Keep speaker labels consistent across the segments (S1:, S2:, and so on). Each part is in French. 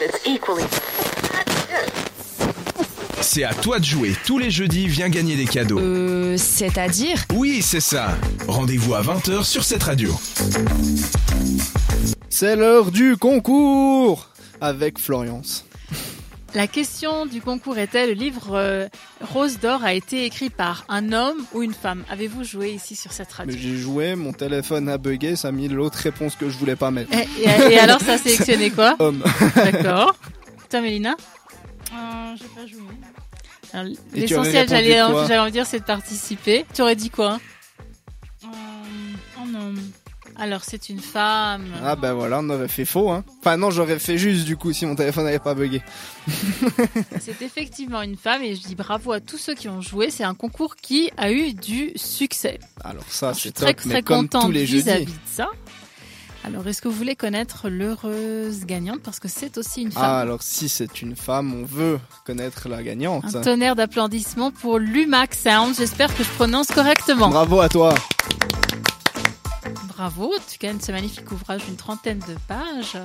S1: that's equally.
S2: C'est à toi de jouer. Tous les jeudis, viens gagner des cadeaux.
S3: Euh, c'est-à-dire
S2: Oui, c'est ça. Rendez-vous à 20h sur cette radio.
S4: C'est l'heure du concours avec Florence.
S5: La question du concours était le livre euh, Rose d'or a été écrit par un homme ou une femme. Avez-vous joué ici sur cette
S4: Mais
S5: radio
S4: j'ai joué, mon téléphone a bugué, ça a mis l'autre réponse que je voulais pas mettre.
S5: et, et- et alors, ça a sélectionné quoi
S4: Homme.
S5: D'accord. Toi, Mélina
S6: Euh, J'ai pas joué.
S5: Alors,
S4: Et tu aurais
S5: L'essentiel,
S4: répondu
S5: j'allais
S4: quoi
S5: j'allais en dire, c'est de participer. Tu aurais dit quoi hein
S6: Euh, en homme.
S5: Alors, c'est une femme.
S4: Ah bah voilà, on aurait fait faux, hein. Enfin non, j'aurais fait juste du coup si mon téléphone n'avait pas bugué.
S5: C'est effectivement une femme et je dis bravo à tous ceux qui ont joué. C'est un concours qui a eu du succès.
S4: Alors ça,
S5: je suis
S4: c'est
S5: très
S4: top,
S5: très
S4: mais comme tous
S5: contente
S4: les jeudis.
S5: vis-à-vis de ça. Alors, est-ce que vous voulez connaître l'heureuse gagnante Parce que c'est aussi une
S4: Ah
S5: femme.
S4: alors si c'est une femme, on veut connaître la gagnante.
S5: un tonnerre d'applaudissements pour Lumac Sound. J'espère que je prononce correctement.
S4: Bravo à toi.
S5: Bravo, tu gagnes ce magnifique ouvrage d'une trentaine de pages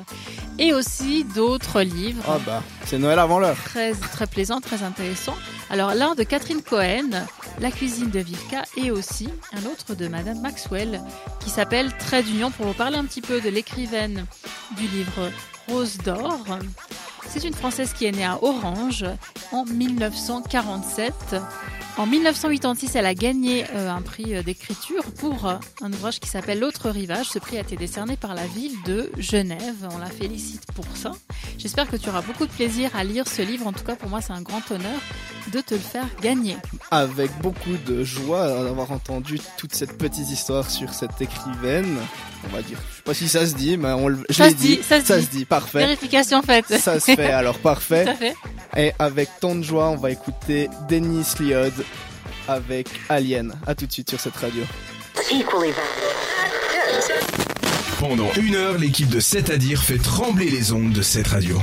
S5: et aussi d'autres livres.
S4: Ah bah, c'est Noël avant l'heure.
S5: très, très plaisant, très intéressant. Alors l'un de Catherine Cohen, La cuisine de Virka, et aussi un autre de Madame Maxwell, qui s'appelle Trait d'union, pour vous parler un petit peu de l'écrivaine du livre Rose d'or. C'est une Française qui est née à Orange en 1947. En 1986, elle a gagné euh, un prix euh, d'écriture pour euh, un ouvrage qui s'appelle L'autre rivage. Ce prix a été décerné par la ville de Genève. On la félicite pour ça. J'espère que tu auras beaucoup de plaisir à lire ce livre. En tout cas, pour moi, c'est un grand honneur de te le faire gagner.
S4: Avec beaucoup de joie d'avoir entendu toute cette petite histoire sur cette écrivaine. On va dire, je sais pas si ça se dit, mais on le, je
S5: Ça
S4: l'ai
S5: se dit,
S4: dit.
S5: ça se dit.
S4: se dit, parfait.
S5: Vérification faite.
S4: Ça se fait, alors
S5: Tout à
S4: parfait.
S5: fait.
S4: Et avec tant de joie, on va écouter Denis Liod avec Alien. À tout de suite sur cette radio.
S1: equally valid.
S2: Pendant une heure, l'équipe de C'est à dire fait trembler les ondes de cette radio.